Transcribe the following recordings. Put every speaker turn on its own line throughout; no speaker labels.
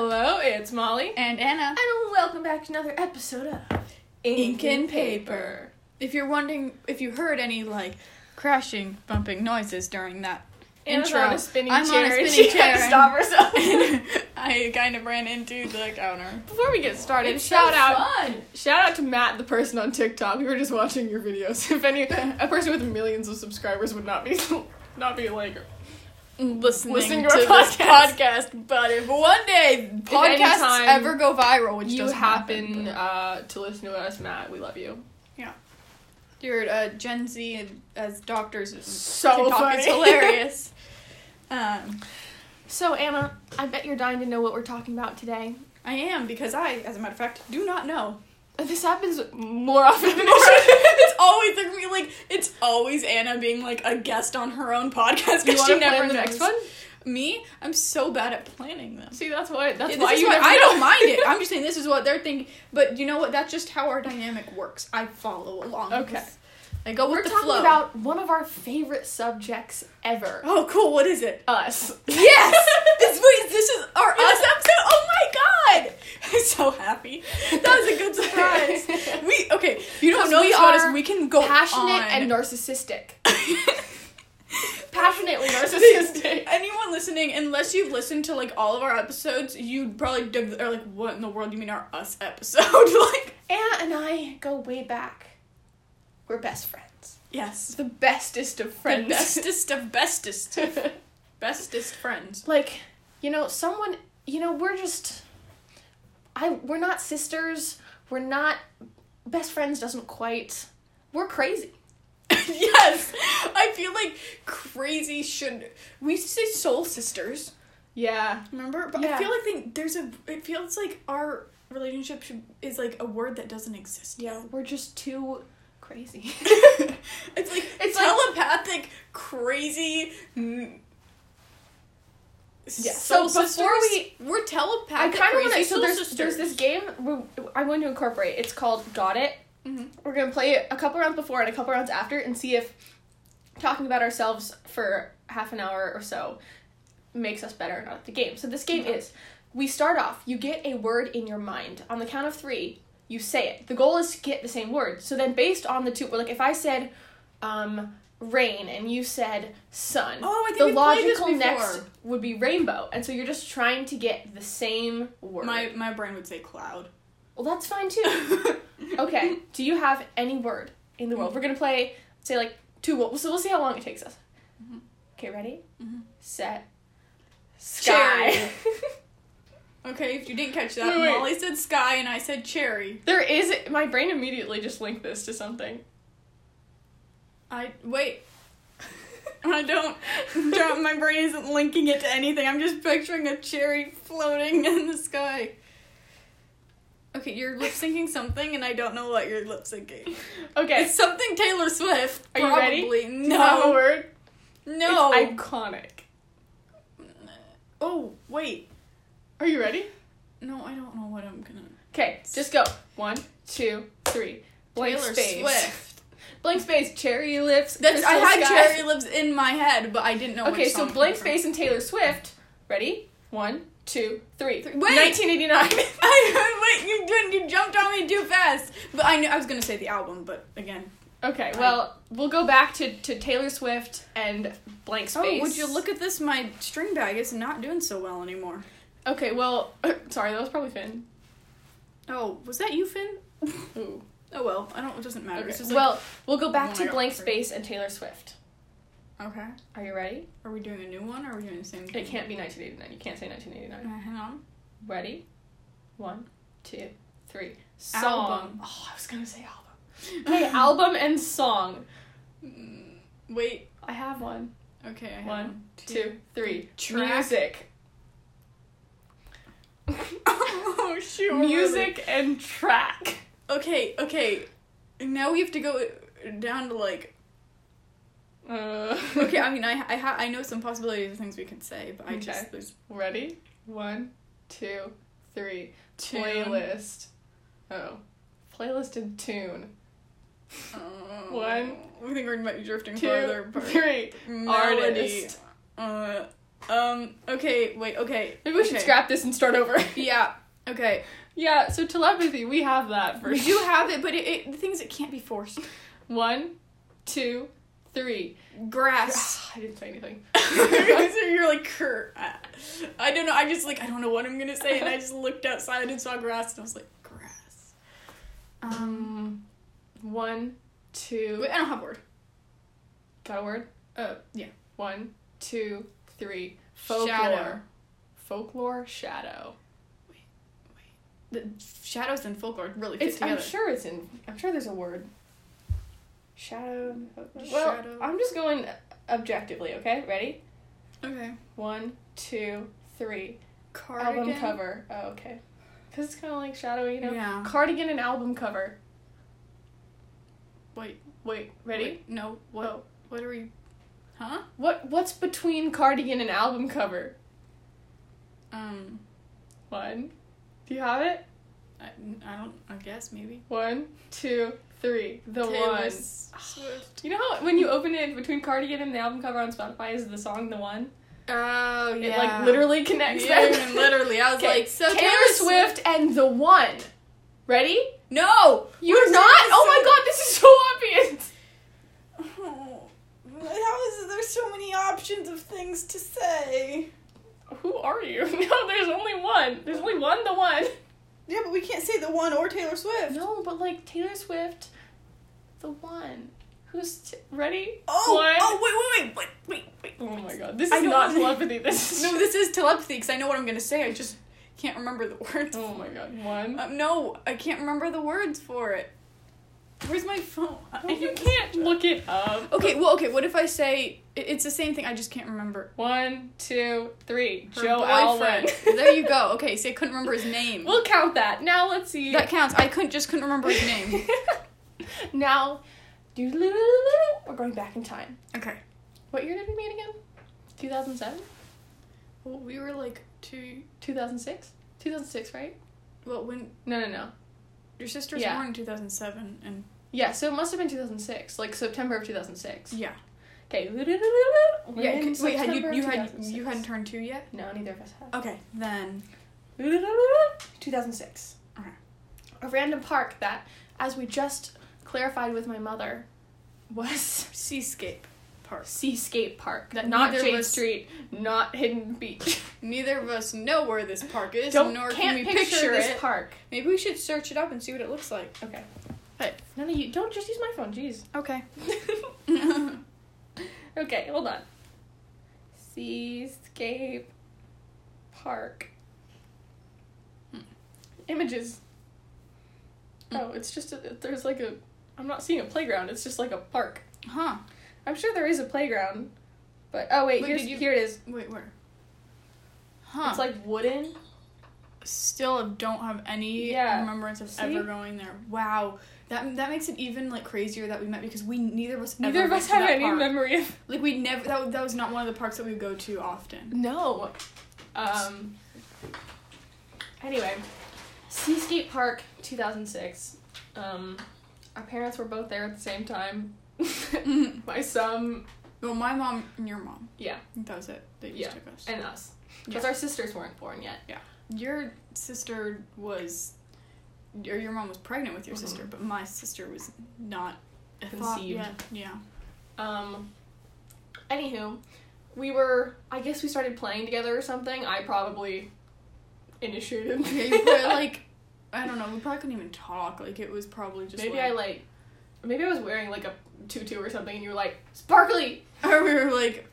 It's Molly.
And Anna.
And welcome back to another episode of
Ink and paper. If you're wondering if you heard any like crashing, bumping noises during that
Anna's
intro,
on a spinning
I'm
chair.
on a
and
spinning
she
chair.
had to stop herself.
and I kind of ran into the counter.
Before we get started,
It's so
shout out
fun.
shout out to Matt, the person on TikTok. We were just watching your videos. If any a person with millions of subscribers would not be not be like
Listening,
Listening
to,
to our
this
podcast.
podcast, but if one day
any
podcasts
time
ever go viral, which
you
doesn't
happen
happen,
uh, to listen to us, Matt. We love you.
but- dude, uh, Gen Z and- as doctors is
So
TikTok
funny.
is hilarious. um,
So Anna, I bet you're dying to know what we're talking about today.
I am because I, as a matter of fact, do not know.
This happens more often than
it's always like we like it's always Anna being like a guest on her own podcast
You want
because
to
she
plan
never
the
knows.
next one?
Me, I'm so bad at planning them.
See, that's why that's
Yeah, this
why
is
you
why
never
I
know.
don't mind it. I'm just saying this is what they're thinking. But you know what? That's just how our dynamic works. I follow along.
Okay.
with- I go
We're
with the
talking
flow.
about one of our favorite subjects ever.
oh, cool. What is it?
Us.
Yes. this wait. This is our us episode. Oh my god! I'm so happy. That was a good surprise. we okay. If you don't
Because
know
we
this about
are
us. We can go
Passionate
on.
and narcissistic.
passionate
Passionately narcissistic.
anyone listening unless you've listened to like all of our episodes you probably dig- are like what in the world do you mean our us episode like
Anna and I go way back. We're best friends.
yes the bestest of friends
The
bestest of bestest bestest friends
like, you know, someone, you know, we're just I we're not sisters. We're not best friends doesn't quite. We're crazy.
yes i feel like crazy should we used to say soul sisters
Yeah.
remember but
Yeah.
i feel like they, there's a it feels like our relationship should, is like a word that doesn't exist
Yeah, we're just too crazy.
it's like
It's
it's telepathic, crazy. Mm,
Yeah,
soul
so before
sisters. we're telepathic.
I kind of want to.
crazy
So
soul
there's,
sisters.
there's this game we, I want to incorporate. It's called Got It.
Mhm.
We're gonna play it a couple rounds before and a couple rounds after, and see if talking about ourselves for half an hour or so makes us better or not at the game. So this game
Okay.
is: we start off. You get a word in your mind. On the count of three, you say it. The goal is to get the same word. So then, based on the two, like if I said, um, rain, and you said sun
Oh, I think
the
we played this
logical next
before.
would be rainbow, and so you're just trying to get the same word.
My my brain would say cloud.
well, that's fine too. okay, do you have any word in the world? We're gonna play, say like two. wo- So we'll see how long it takes us.
Mhm.
Okay, ready,
Mhm.
set, sky.
Cherry. Okay, if you didn't catch that,
Wait, wait.
Molly said sky and I said cherry.
there is my brain immediately just linked this to something.
I wait. I don't. don't- my brain isn't linking it to anything. I'm just picturing a cherry floating in the sky. Okay, you're lip syncing something, and I don't know what you're lip syncing.
Okay,
It's something Taylor Swift.
Are you ready?
probably.
do you have a
No.
word.
No.
it's iconic.
oh, wait.
Are you ready?
No, I don't know what I'm gonna.
Okay, just go. One, two, three. Blank
Taylor
space.
Swift.
Blank space. Cherry lips.
That's, I
crystal
had
sky.
cherry lips in my head, but I didn't know
Okay,
which
so
song
blank
it was
space and Taylor Swift. Ready? One, two, three.
Three- wait!
1989.
from. I, wait, you, didn't- you jumped on me too fast. But I knew I was gonna say the album, but again.
okay, well, we'll go back to, to Taylor Swift and blank space.
Oh, would you look at this? My string bag is not doing so well anymore.
Okay, well, sorry, that was probably Finn.
Oh, was that you, Finn?
Ooh.
Oh well, I don't. It doesn't matter.
Okay.
This is like,
well, we'll go
Oh
back
my
to
God,
blank
three.
space and Taylor Swift.
okay.
Are you ready?
Are we doing a new one? Or are we doing the same?
It can't be 1989. You can't say 1989.
Uh, hang on.
Ready? One, two, three. Song.
Album.
Oh, I was gonna say album. Okay, album and song.
Mm, Wait.
I have one.
Okay. I have
One,
one.
two, three.
Track.
Music.
oh shoot. we're really-
Music and track.
Okay, okay. Now we have to go down to like.
Uh,
Okay, I mean, I I ha- I know some possibilities of things we can say, but I just
Okay.
there's
Ready? One, two, three.
Tune.
Playlist. Oh. Playlist and tune.
Oh,
One,
We think we're might be drifting farther.
Two,
But
three.
Melody.
Artist.
Uh, um. Okay. Wait. Okay.
Maybe we
okay.
should scrap this and start over.
Yeah. Okay.
Yeah, so telepathy, we have that for
We do have it, but it, it the thing is, it can't be forced.
One, two, three. Ah,
Grass.
I didn't say anything.
so you're like, Kurt. I, I don't know. I just like, I don't know what I'm gonna say, and I just looked outside and saw grass, and I was like, grass. Um,
Um, one, two.
wait, I don't have a word.
Got a word?
Uh, yeah.
One, two, three. Folklore.
Shadow.
Folklore shadow.
The shadows and folklore really fit
It's,
together.
I'm sure it's in. I'm sure there's a word. Shadow. uh, Well,
Shadow.
I'm just going objectively. Okay, ready?
okay.
One, two, three.
Cardigan.
Album cover. Oh, okay. Cause it's kind of like shadowy, you know.
Yeah.
Cardigan and album cover.
Wait.
Wait, ready?
wait, no. What?
Whoa.
What are we? Huh?
What? What's between cardigan and album cover?
Um.
One. Do you have it?
I, I don't. I guess maybe.
One, two, three. The
Taylor
one.
Swift.
You know how when you open it between cardigan and the album cover on Spotify is the song the one?
Oh yeah.
It like literally connects
Yeah,
them.
literally. I was
Okay,
like, so
Taylor, Swift and the one. Ready?
No.
You're not? Oh my god, this is so obvious.
How is it? There's so many options of things to say.
Who are you? No, there's only one. There's only one the one.
Yeah, but we can't say the one or Taylor Swift.
No, but like Taylor Swift, the one. Who's t- ready?
Oh.
One.
Oh wait, wait, wait, wait, wait, wait.
Oh my god, this
I
is
don't
not
wanna-
telepathy. This is
No, this is telepathy because I know what I'm gonna say. I just can't remember the words.
Oh my god, one.
Um, no, I can't remember the words for it. Where's my phone? I
you
need-
can't look it up.
Okay, well, okay. What if I say it- it's the same thing? I just can't remember.
One, two, three.
Her
Joe
boyfriend.
Alwyn.
there you go. Okay, see, I couldn't remember his name.
We'll count that. Now let's see.
that counts. I couldn't just couldn't remember his name.
now, we're going back in time.
okay.
What year did we meet again? 2007?
Well, we were like two.
2006? 2006, right?
Well, when
No, no, no.
your sister was
Yeah.
born in two thousand seven, and
Yeah, so it must have been 2006, like September of 2006.
yeah,
Okay. We're
yeah.
in
c- Wait, had you
September
you
of
had
2006.
you hadn't turned two yet?
No, neither of us have.
Okay, then
2006.
Okay.
A random park that, as we just clarified with my mother, was
Seascape Park.
Seascape Park.
That
not
neither
Jade
was-
Street, not Hidden Beach.
Neither of us know where this park is,
Don't
nor
can't
can we
picture, this
it.
park.
Maybe we should search it up and see what it looks like.
Okay.
Hey.
No, no, you don't just use my phone. Jeez.
Okay.
okay, hold on. Seascape Park.
Hmm.
Images.
Hmm.
Oh, it's just a, there's like a. I'm not seeing a playground. It's just like a park.
Huh.
I'm sure there is a playground, but oh wait,
Wait,
here's,
did you-
here it is.
Wait, where? Huh.
It's like wooden.
still don't have any
Yeah.
remembrance of
See?
ever going there. Wow. That that makes it even like crazier that we met because we neither of us
Neither
ever
of
went
us
to
have
that
any
park.
memory of.
Like we never that that was not one of the parks that we go to often.
No. Um. Anyway, Seascape Park, 2006. Um, our parents were both there at the same time. My son
well, my mom and your mom.
Yeah.
That was it. They just
Yeah.
took us.
and us, because
Yeah.
our sisters weren't born yet.
your sister was or your mom was pregnant with your
Mhm.
sister, but my sister was not I thought-
Conceived.
Yeah. yeah.
Um. Anywho, we were. I guess we started playing together or something. I probably initiated.
Yeah, you probably like I don't know, we probably couldn't even talk. Like it was probably just
maybe
like,
I like. Maybe I was wearing like a tutu or something, and you were like, "Sparkly."
Or we were like,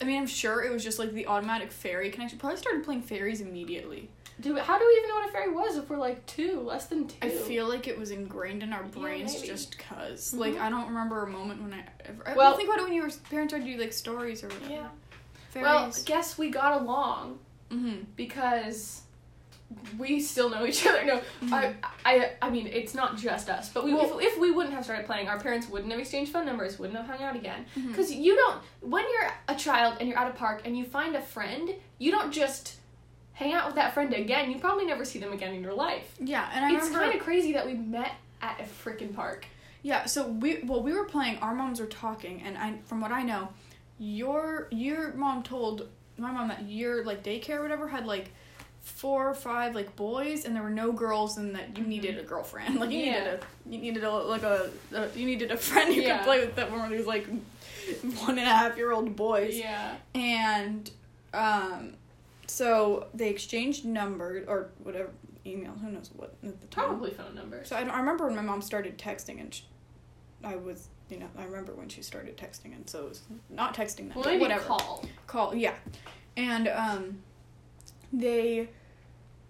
I mean, I'm sure it was just like the automatic fairy connection. Probably started playing fairies immediately.
Do how do we even know what a fairy was if we're like two, less than two?
I feel like it was ingrained in our
Yeah,
brains
maybe.
just because.
Mhm.
Like, I don't remember a moment when I ever. I
Well-
well, think about it when your parents tried to do like stories or whatever.
Yeah. Well,
Fairies.
guess we got along
mm-hmm.
because we still know each other. No, I, I, I mean, it's not just us, but we
Well-
if, if we wouldn't have started playing, our parents wouldn't have exchanged phone numbers, wouldn't have hung out again. Because you don't, when you're a child and you're at a park and you find a friend, you don't just hang out with that friend again. You probably never see them again in your life.
Mm-hmm. yeah, and I
it's
remember.
kind of crazy that we met at a freaking park.
Yeah, so we well we were playing. Our moms were talking, and I from what I know, your your mom told my mom that your like daycare or whatever had like four or five like boys, and there were no girls, and that you needed a girlfriend. Like you
Mm-hmm. Yeah.
needed a you needed a like a, a you needed a friend you
Yeah.
could play with that were these like one and a half year old boys.
Yeah.
And um, so they exchanged numbers or whatever email. Who knows what at the time.
Probably phone numbers.
So I, don't- I remember when my mom started texting, and sh I was, you know, I remember when she started texting, and so it was not texting them,
Well,
but
maybe
whatever.
call.
Call, yeah. And um, they,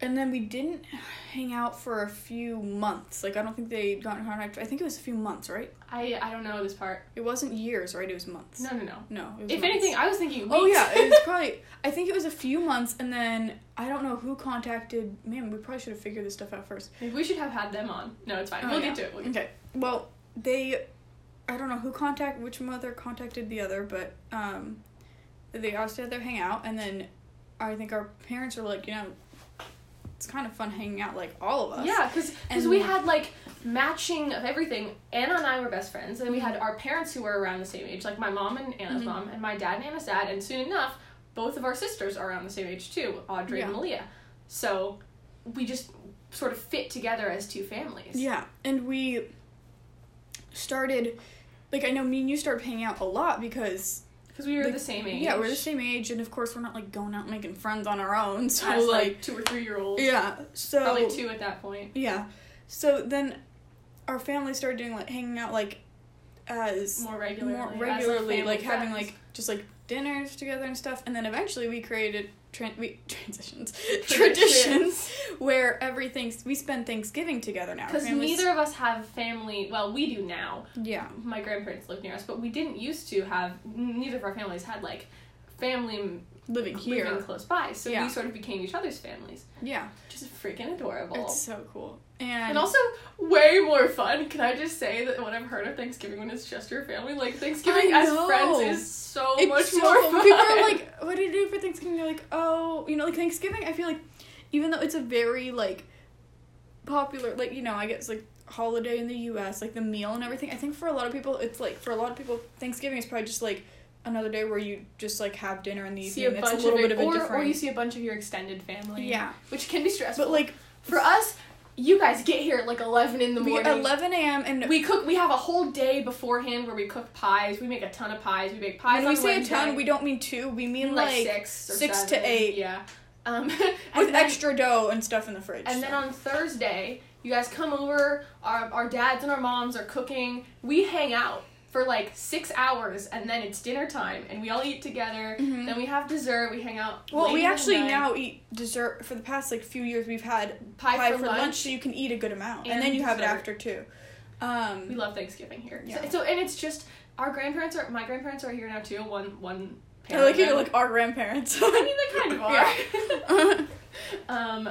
and then we didn't hang out for a few months. Like I don't think they got in contact. I think it was a few months, right?
I I don't know this part.
It wasn't years, right? It was months.
No, no, no.
No. It was
If
months.
anything, I was thinking. Weeks.
Oh yeah, it was probably. I think it was a few months, and then I don't know who contacted. Man, we probably should have figured this stuff out first.
Maybe we should have had them on. No, it's fine.
Oh,
we'll
yeah.
get to it. We'll get
Okay. Well, they, I don't know who contact which mother contacted the other, but um, they obviously had their hangout, and then I think our parents were like, you know, it's kind of fun hanging out like all of us.
Yeah, because
And-
we had like matching of everything. Anna and I were best friends, and we
Mm-hmm.
had our parents who were around the same age, like my mom and Anna's
Mhm.
mom, and my dad and Anna's dad, and soon enough, both of our sisters are around the same age too, Audrey and
Yeah.
Malia. So we just sort of fit together as two families.
Yeah, and we started, like I know me and you started hanging out a lot because
Because we were
Like,
the same age.
yeah we're the same age, and of course we're not like going out and making friends on our own, so
As,
like,
like two or three year olds.
yeah, so
Probably two at that point.
Yeah. So then our family started doing like hanging out like as
More regularly.
more
as,
regularly,
family
like having
friends.
like just like dinners together and stuff. And then eventually we created tran we transitions traditions where everything's we spend Thanksgiving together now. Our
Because
families-
neither of us have family. Well, we do now.
yeah
my grandparents lived near us, but we didn't used to have. Neither of our families had like family m-
living here
living close by, so
Yeah.
we sort of became each other's families,
yeah
which is freaking adorable.
it's so cool and,
and also way more fun. Can I just say that what I've heard of Thanksgiving when it's just your family, like Thanksgiving
I
as
know.
friends is so
it's
much
so-
more fun.
People are like, what do you do for Thanksgiving? They're like, oh, you know, like Thanksgiving, I feel like, even though it's a very, like, popular, like, you know, I guess, like, holiday in the US, like, the meal and everything, I think for a lot of people, it's like, for a lot of people, Thanksgiving is probably just, like, another day where you just, like, have dinner in the
see a
evening. It's a
bunch
little
of,
bit of a
or,
different.
or you see a bunch of your extended family.
yeah.
which can be stressful.
But, like,
for us, you guys get here at like eleven in the
we,
morning.
11 a.m. and.
We cook. We have a whole day beforehand where we cook pies. We make a ton of pies. We make pies.
when
on
we say a
Wednesday.
ton, we don't mean two, we mean,
mean
like,
six, or
six to
seven.
eight.
Yeah. Um, and
with
then-
extra dough and stuff in the fridge.
And
so.
then on Thursday, you guys come over. Our our dads and our moms are cooking. We hang out for like six hours, and then it's dinner time, and we all eat together.
Mhm.
Then we have dessert. We hang out.
Well,
late
we
into the
actually
night.
now eat dessert for the past like few years. We've had
pie,
pie
for, lunch.
so you can eat a good amount, and,
and
then you have it
dessert.
after too.
We
Um,
love Thanksgiving here. So-
Yeah.
So, and it's just our grandparents are my grandparents are here now too. One one.
I like you to
parent.
like our grandparents.
I mean, they kind of are.
Yeah.
Um,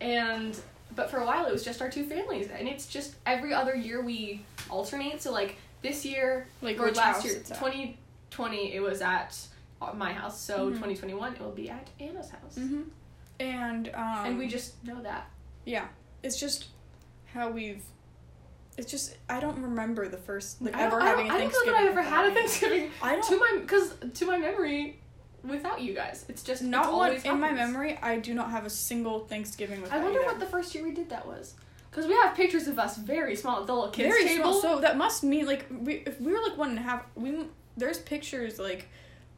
and but for a while it was just our two families, and it's just every other year we alternate. So like this year
like
or
which
last
house
year,
it's at.
twenty twenty, it was at uh, my house. So
Mhm.
twenty twenty one, it will be at Anna's house,
Mhm. And um,
and we just know that.
yeah, it's just how we've. It's just I don't remember the first like
I don't,
ever
I don't-
having a
I don't know
Thanksgiving.
that I ever
without
had a
you.
Thanksgiving
I don't.
to my because to my memory, without you guys, it's just it's
not one
always
in my
happens.
memory. I do not have a single Thanksgiving without
I wonder
you
what
there.
the first year we did that was. Because we have pictures of us very small at the little kids'
Very
table.
small. So that must mean like we if we were like one and a half. We there's pictures like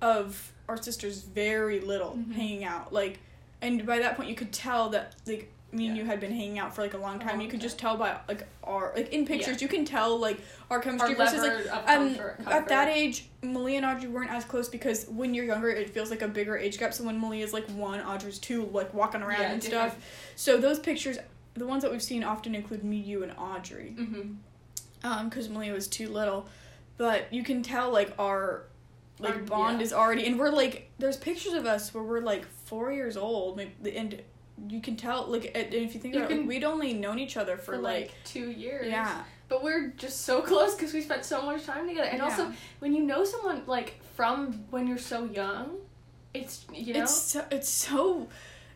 of our sisters very little
Mhm.
hanging out like, and by that point you could tell that like me and
Yeah.
you had been hanging out for like a long
A
time.
long
you could just
time.
tell by like our like in pictures you can tell like our
Our
chemistry versus like.
levered up
Um,
comfort,
at
comfort.
that age, Malia and Audrey weren't as close because when you're younger, it feels like a bigger age gap. So when Malia's like one, Audrey's two, like walking around
Yeah,
and
different.
stuff. So those pictures, the ones that we've seen, often include me, you, and Audrey
Mm-hmm.
um because Malia was too little, but you can tell like our like
Our-
bond
yeah.
is already and we're like there's pictures of us where we're like four years old maybe, and you can tell like and if you think
You
about it,
can-
like, we'd only known each other for, like,
two years.
yeah
But we're just so close because we spent so much time together. And
Yeah.
also, when you know someone like from when you're so young, it's you know
it's so it's so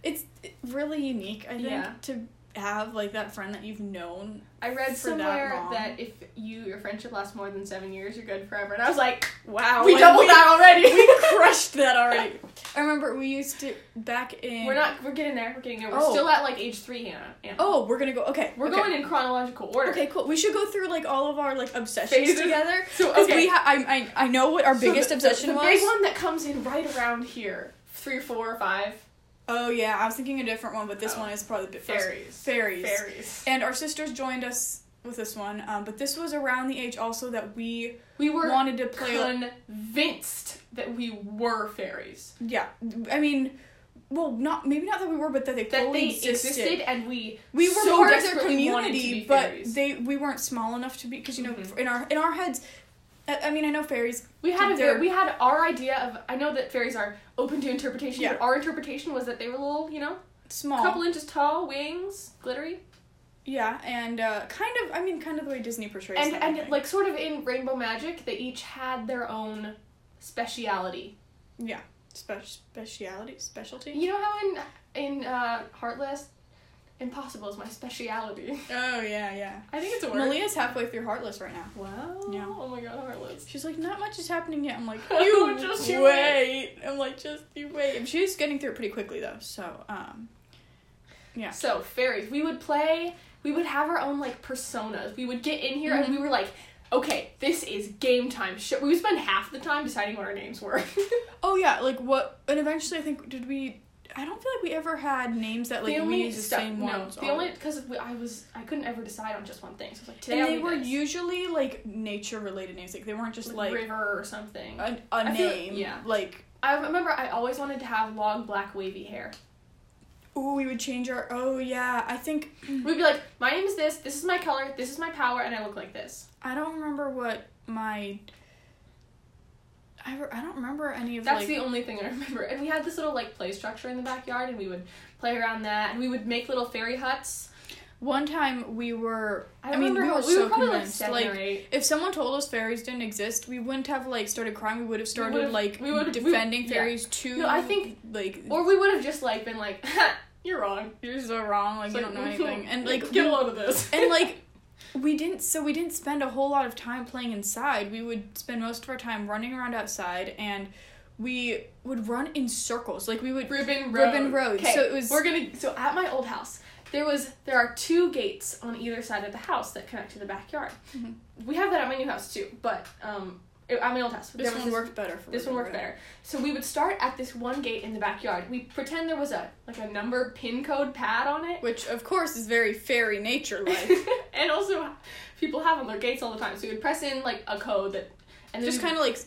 it's really unique I think
Yeah.
to have like that friend that you've known.
I read
For that
somewhere
long.
that, if you your friendship lasts more than seven years, you're good forever. And I was like, wow,
We
we doubled
we-
that already.
We crushed that already. I remember we used to back in.
We're not. We're getting there. We're getting there. We're
Oh.
still at like age three, Hannah. Anna.
Oh, we're gonna go. Okay,
we're
okay.
going in chronological order.
Okay, cool. We should go through like all of our like obsessions
Phases.
together.
So
'Cause
okay.
we ha- I, I I know what our
So
biggest
the- the-
obsession
the,
was.
big one that comes in right around here, three, four, or five.
Oh yeah, I was thinking a different one, but this
Oh.
one is probably the bit first.
Fairies.
Fairies.
Fairies.
And our sisters joined us with this one, um, but this was around the age also that we
We were
wanted to play.
convinced that we were fairies.
yeah, I mean, well, not maybe not that we were, but that they
That
fully
they existed and we
we were
so
part of their
desperately wanted to be
community, but
fairies.
they we weren't small enough to be because you know
Mhm.
in our in our heads. I, I mean, I know fairies.
We had a
They're-
ver- we had our idea of I know that fairies are open to interpretation,
Yeah.
but our interpretation was that they were little, you know, a
Small,
couple inches tall, wings, glittery,
yeah, and uh, kind of. I mean, kind of the way Disney portrays
and
them, I
and
think.
like sort of in Rainbow Magic, they each had their own speciality.
yeah, spe- speciality, specialty.
You know how in in uh, Heartless, Impossible is my speciality.
Oh yeah, yeah.
I think it's a word.
Malia's halfway through Heartless right now.
wow.
Yeah.
Oh my god, Heartless.
She's like, not much is happening yet. I'm like, you
Oh,
just
just you
wait. I'm like, just you wait. And she's getting through it pretty quickly though. So, um, yeah,
So fairies, we would play. We would have our own like personas. We would get in here and we
Mm-hmm.
were like, okay, this is game time. Sh- We would spend half the time deciding what our names were.
Oh yeah, like what? And eventually, I think did we? I don't feel like we ever had names that like
the
we
only
used the
stuff,
same
no,
ones.
the only because I was I couldn't ever decide on just one thing. So I was like, today
and
I'll
they
do
were
this.
usually like nature related names. Like they weren't just
like,
like,
river or something.
a, a
I feel-
name.
yeah.
Like
I remember I always wanted to have long black wavy hair.
oh, we would change our. Oh yeah, I think
We'd be like, my name is this. This is my color. This is my power, and I look like this.
I don't remember what my. I, re- I don't remember any of
That's
like
the only thing I remember. And we had this little like play structure in the backyard, and we would play around that, and we would make little fairy huts.
one time we were. I,
I,
mean,
remember
we were
we
so
were probably
convinced.
like
Like,
seven or eight.
if someone told us fairies didn't exist, we wouldn't have like started crying. We would have started
would've-
like
we would've- we-
defending
yeah.
fairies too.
No, I think-
like
Or we would have just like been like, "Ha, "You're wrong."
you're so wrong. Like
It's
you don't know anything, and like
get a
we-
load of this.
and like we didn't. So we didn't spend a whole lot of time playing inside. We would spend most of our time running around outside, and we would run in circles. Like we would.
Ribbon Road.
Ribbon Road.
Okay,
So it was-
We're gonna. So at my old house, there was there are two gates on either side of the house that connect to the backyard.
Mhm.
We have that at my new house too, but um, it, at my old house.
This
there was
one worked better for
This one
Ribbon
worked
Road.
better. So we would start at this one gate in the backyard. We pretend there was a like a number pin code pad on it.
which of course is very fairy nature like.
and also people have on their gates all the time. So you would press in like a code that and then
Just
you
kind of like,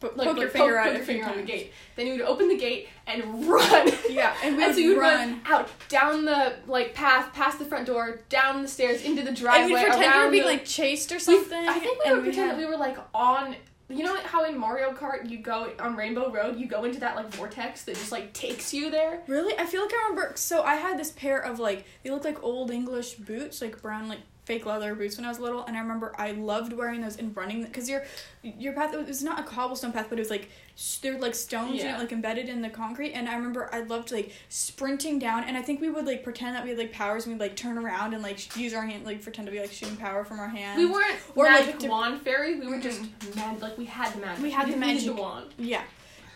po-
would, like,
poke
like,
your finger
poke
out
your
every
finger on the
time.
gate. Then you would open the gate and run.
Yeah, and we
and
would
so you would
run.
run. out down the like path, past the front door, down the stairs, into the
And
driveway.
we pretend we
around
were being
the-
like chased or
We-
something.
I think we
and
would pretend
had-
that we were like on. You know how in Mario Kart you go on Rainbow Road, you go into that like vortex that just like takes you there.
Really? I feel like I remember. So I had this pair of like, they look like old English boots, like brown, like fake leather boots when I was little. And I remember I loved wearing those and running because your your path it was not a cobblestone path, but it was like s- they're like stones, you
Yeah.
know, like embedded in the concrete. And I remember I loved like sprinting down. And I think we would like pretend that we had like powers and we'd like turn around and like sh- use our hand, like pretend to be like shooting power from our hands.
We weren't
Or, like,
magic
to-
wand fairy. We were just mad. Like we had the magic.
We had the
didn't need
magic.
wand.
Yeah.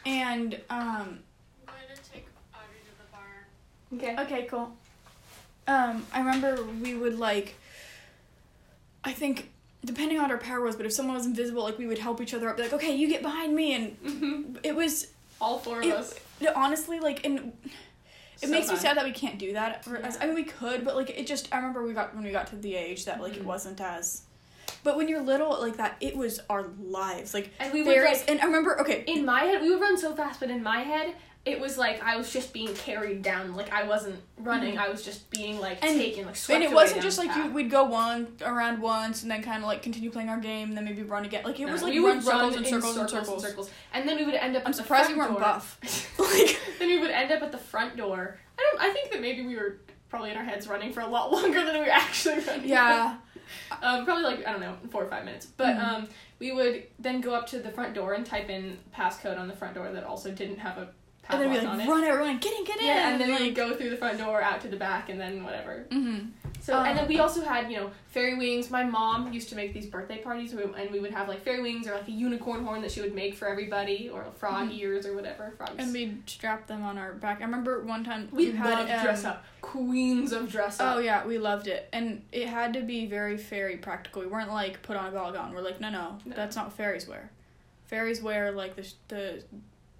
And um
I'm gonna take Otter to the barn.
Okay.
Okay, cool. Um, I remember we would like. I think depending on what our power was, but if someone was invisible, like we would help each other up. Be like, okay, you get behind me, and
hmm
it was
All four of
it,
us.
it honestly like and. It
So
makes me
fun.
sad that we can't do that for us.
Yeah.
I mean, we could, but like it just. I remember we got when we got to the age that like it
Mhm.
wasn't as. But when you're little, like that, it was our lives. Like
And we would
there is,
like
and I remember. Okay,
in my head we would run so fast, but in my head it was like I was just being carried down. Like I wasn't running. I was just being like
Mm-hmm. And-
taken, like swept
And it
away
wasn't
down
just
the
like
path.
you, we'd go one around once and then kind of like continue playing our game, and then maybe run again. Like it
No,
was like
we
run
would
circles
run
and
in
circles,
circles
and
and
circles.
circles. And then we would end up.
I'm
at the
surprised we
front
weren't
door.
buff. like
then we would end up at the front door. I don't. I think that maybe we were probably in our heads running for a lot longer than we were actually running.
yeah,
Um, probably like I don't know, four or five minutes. But
Mhm.
um, we would then go up to the front door and type in passcode on the front door that also didn't have a
and
padlock
then be
on
like,
it.
run everyone, get in, get in.
yeah, and then
like,
we go through the front door out to the back, and then whatever.
Mm-hmm.
So and then
Oh.
we also had you know fairy wings. My mom used to make these birthday parties, and we- and we would have like fairy wings or like a unicorn horn that she would make for everybody, or frog
Mhm.
ears or whatever. Frogs.
And we strap them on our back. I remember one time
we
you had
loved dress
um,
up, queens of dress up.
Oh yeah, we loved it, and it had to be very fairy practical. We weren't like put on a balgon. We're like, no, no,
No.
that's not what fairies wear. Fairies wear like the sh- the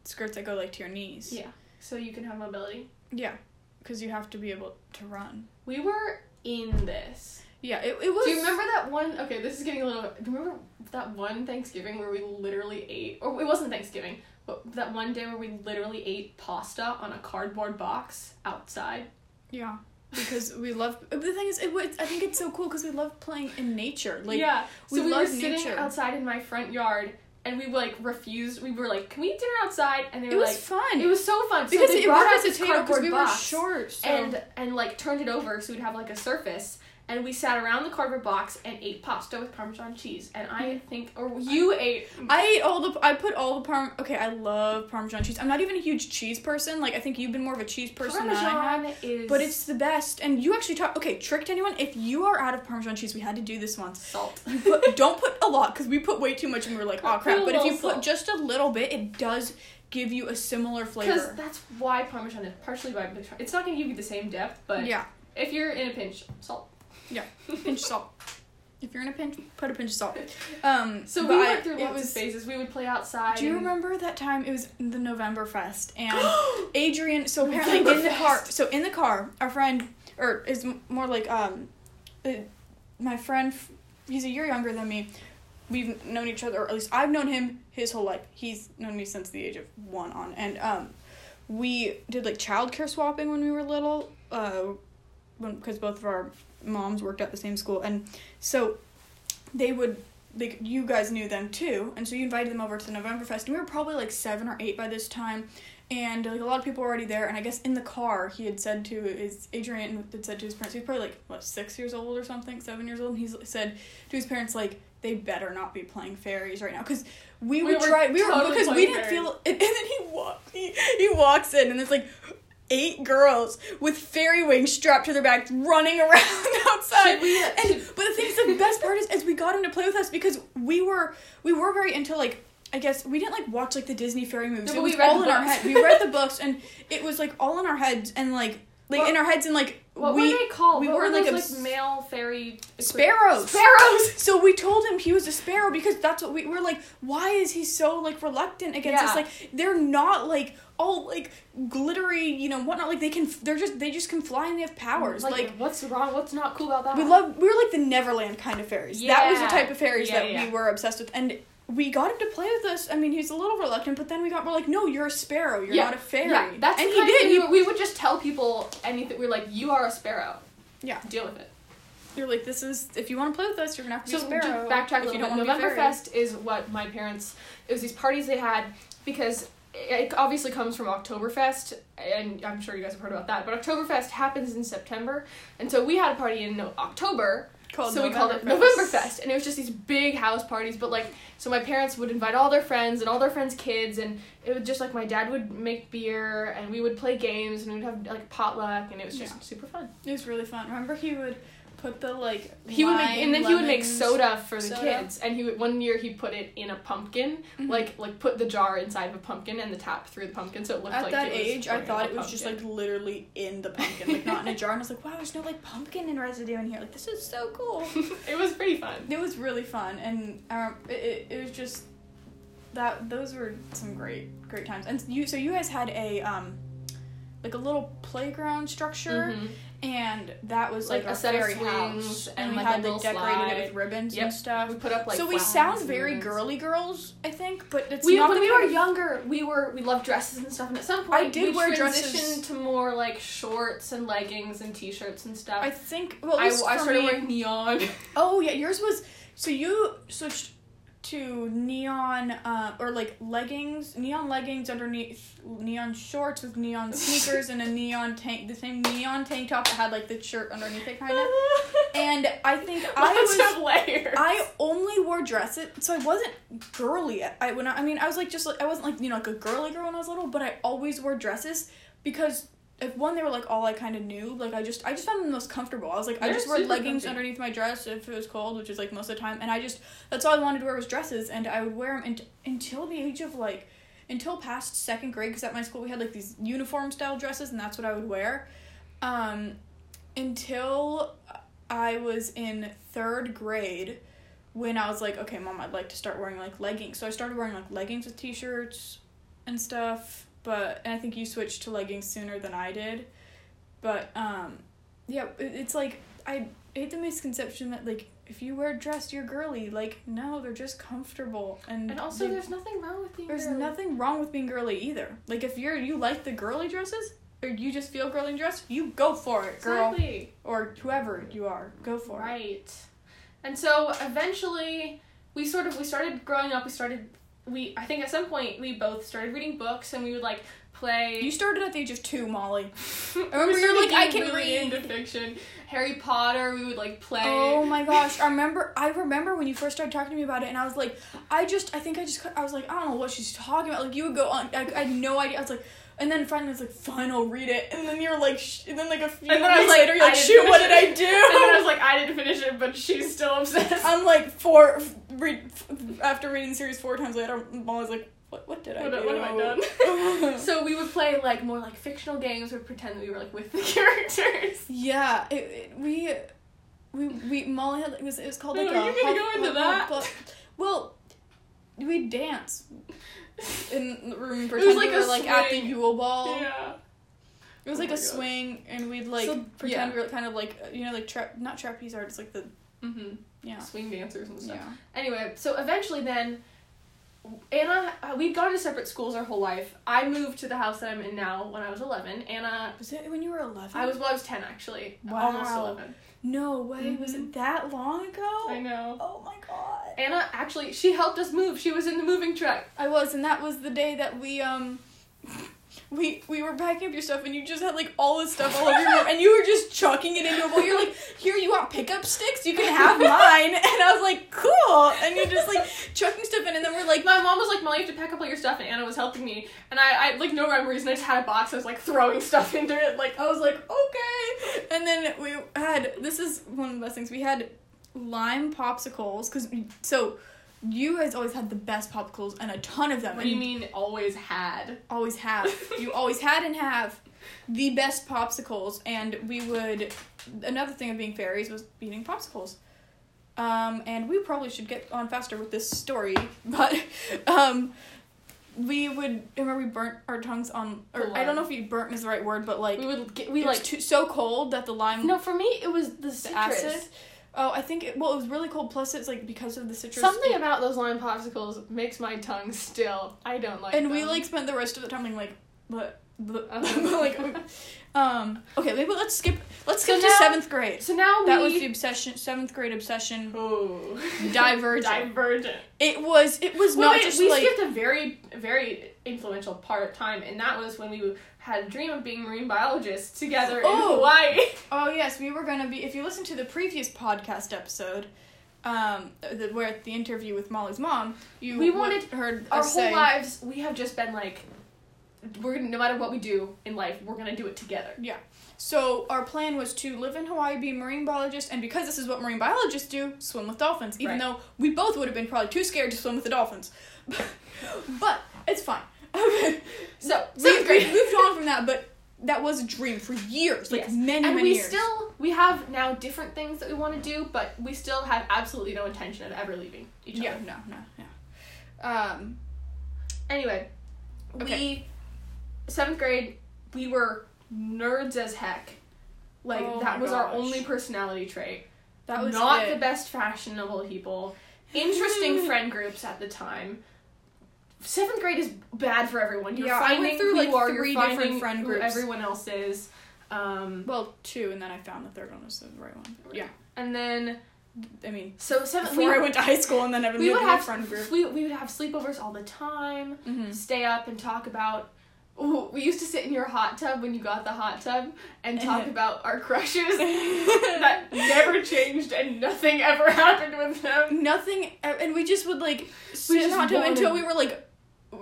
skirts that go like to your knees.
Yeah. So you can have mobility.
yeah, because you have to be able to run.
We were in this.
Yeah, it it was.
Do you remember that one? Okay, this is getting a little. Do you remember that one Thanksgiving where we literally ate, or it wasn't Thanksgiving, but that one day where we literally ate pasta on a cardboard box outside?
Yeah, because we love. The thing is, it was. I think it's so cool because we love playing in nature. Like
yeah.
we
so we were
love
sitting
nature.
outside in my front yard, and we like refused. We were like, "Can we eat dinner outside?" And they
it
were
was
like,
fun.
"It was so fun."
because
so they
it
brought
was
out this
a potato because
cardboard
we were
box.
short. So.
and and like turned it over so we'd have like a surface and we sat around the cardboard box and ate pasta with parmesan cheese and
Mm.
i think or you ate
I ate all the. I put all the parm. Okay, I love Parmesan cheese. I'm not even a huge cheese person. Like I think you've been more of a cheese person than I have.
parmesan is
But it's the best. And you actually talk. Okay, trick to anyone. If you are out of Parmesan cheese, we had to do this once.
salt
You put, don't put a lot because we put way too much and we were like, oh
Put
crap.
a
But if you
little
put
salt.
just a little bit, it does give you a similar
because
flavor.
that's why parmesan is partially why it's not going to give you the same depth but
Yeah,
if you're in a pinch salt
pinch salt. If you're in a pinch, put a pinch of salt. Um,
so
but
we
I-
went through
it
lots of
was-
phases we would play outside
Do you
and-
remember that time? It was the November Fest, and Adrian. So apparently, in the
Novemberfest.
car. So in the car, our friend, or is m- more like um, uh, my friend. f- He's a year younger than me. We've known each other, or at least I've known him his whole life. He's known me since the age of one on, and um, we did like childcare swapping when we were little. Uh, when because both of our moms worked at the same school, and so they would like you guys knew them too, and so you invited them over to Novemberfest, and we were probably like seven or eight by this time, and like a lot of people were already there, and I guess in the car he had said to his Adrian had said to his parents, he was probably like what six years old or something, seven years old, and he said to his parents like they better not be playing fairies right now because we,
We
would
were
try we were
totally
because we
playing
didn't
fairies.
feel and, and then he walked he, he walks in and it's like eight girls with fairy wings strapped to their backs running around outside.
Should we-
and
should-
but the thing is, the best part is, is we got him to play with us because we were we were very into like. I guess we didn't like watch like the Disney fairy movies.
No,
it
but
was
we read
all
the
in our
books.
head. We read the books, and it was like all in our heads, and like like
What-
in our heads, and like
what
we
were they called
we
what
were,
were
like,
those,
obs-
like male fairy
Sparrows.
sparrows
So we told him he was a sparrow because that's what we were like. Why is he so like reluctant against us?
Yeah.
Like they're not like all like glittery, you know, whatnot. Like they can, they're just they just can fly and they have powers. Like,
what's wrong what's not cool about that
we love, we were like the Neverland kind of fairies. That was the
uh, Yeah.
type of fairies
Yeah,
that
yeah.
we were obsessed with, and we got him to play with us. I mean, he's a little reluctant, but then we got we're like, no, you're a sparrow. You're
Yeah.
not a fairy.
Yeah, that's
and
the
he
kind of
did.
thing
He,
where we would just tell people anything. We're like, you are a sparrow.
Yeah.
Deal with it.
you're like, this is if you want to play with us, you're gonna have to
So
be a
to
sparrow.
backtrack a
if you
little
don't
bit.
want to be a fairy.
Novemberfest is what my parents. It was these parties they had because it obviously comes from Oktoberfest, and I'm sure you guys have heard about that. But Oktoberfest happens in September, and so we had a party in no- October,
Called
so we called it Novemberfest, and it was just these big house parties. But like, so my parents would invite all their friends and all their friends' kids, and it would just like my dad would make beer, and we would play games, and we'd have like potluck, and it was just
Yeah.
super fun.
It was really fun. Remember, he would put the like.
He would make,
lime,
and then he would make
lemons-
soda for the
soda.
kids, and he would one year he put it in a pumpkin,
Mhm.
like like put the jar inside of a pumpkin and the tap through the pumpkin, so it looked
At
like
that
it was
age, I
pouring
thought
out
it
a
was just like
pumpkin.
literally in the pumpkin, like not in a jar. And I was like, wow, there's no like pumpkin and residue in here. Like this is so cool.
it was pretty fun.
it was really fun, and um, it, it, it was just that those were some great great times. And you, so you guys had a um, like a little playground structure,
Mhm.
and that was
Like
like,
a
our
set of
fairy
swings
house,
and,
we
like, a
had
little
like decorated it
slide.
with ribbons
Yep.
and stuff.
We put up like
so we
flags
sound
and
very
ribbons.
girly girls, I think, but it's
we
not
when
the
we were
kind of-
younger, we were we loved dresses and stuff, and at some point
I did
we
wear
transitioned
dresses.
to more like shorts and leggings and t-shirts and stuff.
I think well, at
I,
least
I
for Oh,
started
me-
wearing neon.
Oh yeah, yours was so you switched to neon uh, or like leggings, neon leggings underneath neon shorts with neon sneakers and a neon tank, the same neon tank top that had like the shirt underneath it kind of. And I think I
Lots
was
of layers.
I only wore dresses, so I wasn't girly. I when I, I mean I was like just like I wasn't like you know like a girly girl when I was little, but I always wore dresses because if one they were like all I kind of knew. Like I just I just found them the most comfortable. I was like I
They're
just wore
super
leggings
comfy.
underneath my dress if it was cold, which is like most of the time, and I just that's all I wanted to wear was dresses, and I would wear them in, until the age of like until past second grade because at my school we had like these uniform style dresses, and that's what I would wear. Um, until I was in third grade when I was like, okay, mom, I'd like to start wearing like leggings. So I started wearing like leggings with t shirts and stuff. But, and I think you switched to leggings sooner than I did. But, um, yeah, it, it's like, I hate the misconception that like, if you wear a dress, you're girly. Like, no, they're just comfortable. And,
and also,
they-
there's nothing wrong with being
there's
girly.
nothing wrong with being girly either. Like, if you're, you like the girly dresses, or you just feel girly in dress, you go for it, girl
Exactly.
or whoever you are, go for it.
Right. And so eventually we sort of we started growing up, we started we I think at some point we both started reading books and we would like play
You started at the age of two, Molly.
We
remember you were
started
like, I
getting
can
really
read.
into fiction. Harry Potter, we would like play
Oh my gosh! I remember. I remember when you first started talking to me about it, and I was like, I just, I think I just, I was like, I don't know what she's talking about. Like you would go on. I, I had no idea. I was like, and then finally, I was like, fine, I'll read it. And then you're like, sh- and then like a few
And then I
minutes
was like,
later, you're
I
like,
didn't
shoot, what did
finish
I
it. And then I was
do?
like, I didn't finish it, but she's still obsessed.
I'm like four. Read after reading the series four times later. I'm always like, what? What did I
what,
do?
what have I done? so we would play like more like fictional games or pretend that we were like with the characters.
Yeah, it, it, we, we, we, Molly had, it was, it was called
No,
like a.
you're gonna go into
well,
that.
but- well, we dance in the room.
was
Pretend
like
we were
a
like at the
swing.
Yule Ball.
Yeah.
It was
Oh
like
my
a
gosh.
swing, and we'd like
So,
pretend
yeah.
we were kind of like, you know, like, tra- not trapeze art, it's like the,
Mhm.
yeah.
Swing dancers and stuff.
Yeah.
Anyway, so eventually then, Anna, uh, we'd gone to separate schools our whole life. I moved to the house that I'm in now when I was 11. Anna,
Was it when you were 11?
I was, well, I was 10 actually.
Wow.
Almost 11.
No way, was
Mhm.
it that long ago?
I know.
Oh my god.
Anna actually, she helped us move. She was in the moving truck.
I was, and that was the day that we um we we were packing up your stuff and you just had like all this stuff all over your room and you were just chucking it into a bowl. You're like, here you want pickup sticks? You can have mine and I was like, cool and you're just like chucking stuff in and then we're like
My mom was like, Molly, you have to pack up all your stuff, and Anna was helping me. And I, I had, like, no rhyme or reason. I just had a box. I was, like, throwing stuff into it. Like,
I was like, okay. And then we had this is one of the best things. We had lime popsicles because so you guys always had the best popsicles and a ton of them.
what do you
and
mean always had?
always have. you always had and have the best popsicles, and we would. Another thing of being fairies was eating popsicles. Um, and we probably should get on faster with this story, but um, we would. Remember, we burnt our tongues on. Or I don't know if you burnt is the right word, but like
We would get,
we
we,
it was
like,
too, so cold that the lime
no, for me, it was the
the
citrus.
acid. Oh, I think it, well, it was really cold. Plus, it's like because of the citrus.
Something about those lime popsicles makes my tongue still. I don't like
and
them.
we like spent the rest of the time being like, but, but
Uh-huh.
like, um, okay, maybe let's skip. Let's
So
skip to
now-
seventh grade.
So now we
That was the obsession. Seventh grade obsession.
Ooh.
Divergent.
Divergent.
It was. It was
Wait,
Oh. not
wait,
just
we
like.
skipped a very very influential part of time, and that was when we had a dream of being marine biologists together
Oh.
in Hawaii.
Oh yes, we were gonna be. If you listen to the previous podcast episode, um, the, where the interview with Molly's mom, you
We
wa-
wanted
heard
Our
us say,
whole lives, we have just been like, we're gonna no matter what we do in life, we're gonna do it together.
So our plan was to live in Hawaii, be a marine biologist, and because this is what marine biologists do, swim with dolphins. Even
Right.
though we both would have been probably too scared to swim with the dolphins, but it's fine. Okay,
So
we,
seventh grade.
we moved on from that, but that was a dream for years, like
Yes.
many,
and
many
we
years.
still we have now different things that we want to do, but we still have absolutely no intention of ever leaving each
yeah,
other.
no, no, no. Um,
Anyway,
Okay.
we seventh grade, we were nerds as heck. Like
Oh
that
my
was our
gosh.
only personality trait.
that was
not
it.
the best fashionable people. Interesting friend groups at the time. Seventh grade is bad for everyone. You're
Yeah, I went
finding
through,
who
like,
you are, you're
three different
finding
friend
who
groups.
everyone else is. Um,
Well, two, and then I found the third one was the right one. Yeah.
and then
I mean,
So seven.
before
We,
I went to high school, and then I
we
moved
would
to my
have Mm-hmm.
friend group.
we, we would have sleepovers all the time. Stay up and talk about. Ooh, we used to sit in your hot tub when you got the hot tub and talk
Yeah.
about our crushes that never changed and nothing ever happened with them.
nothing, e-, and we just would like
We
sit
just
in hot tub until we
bonded.
were like,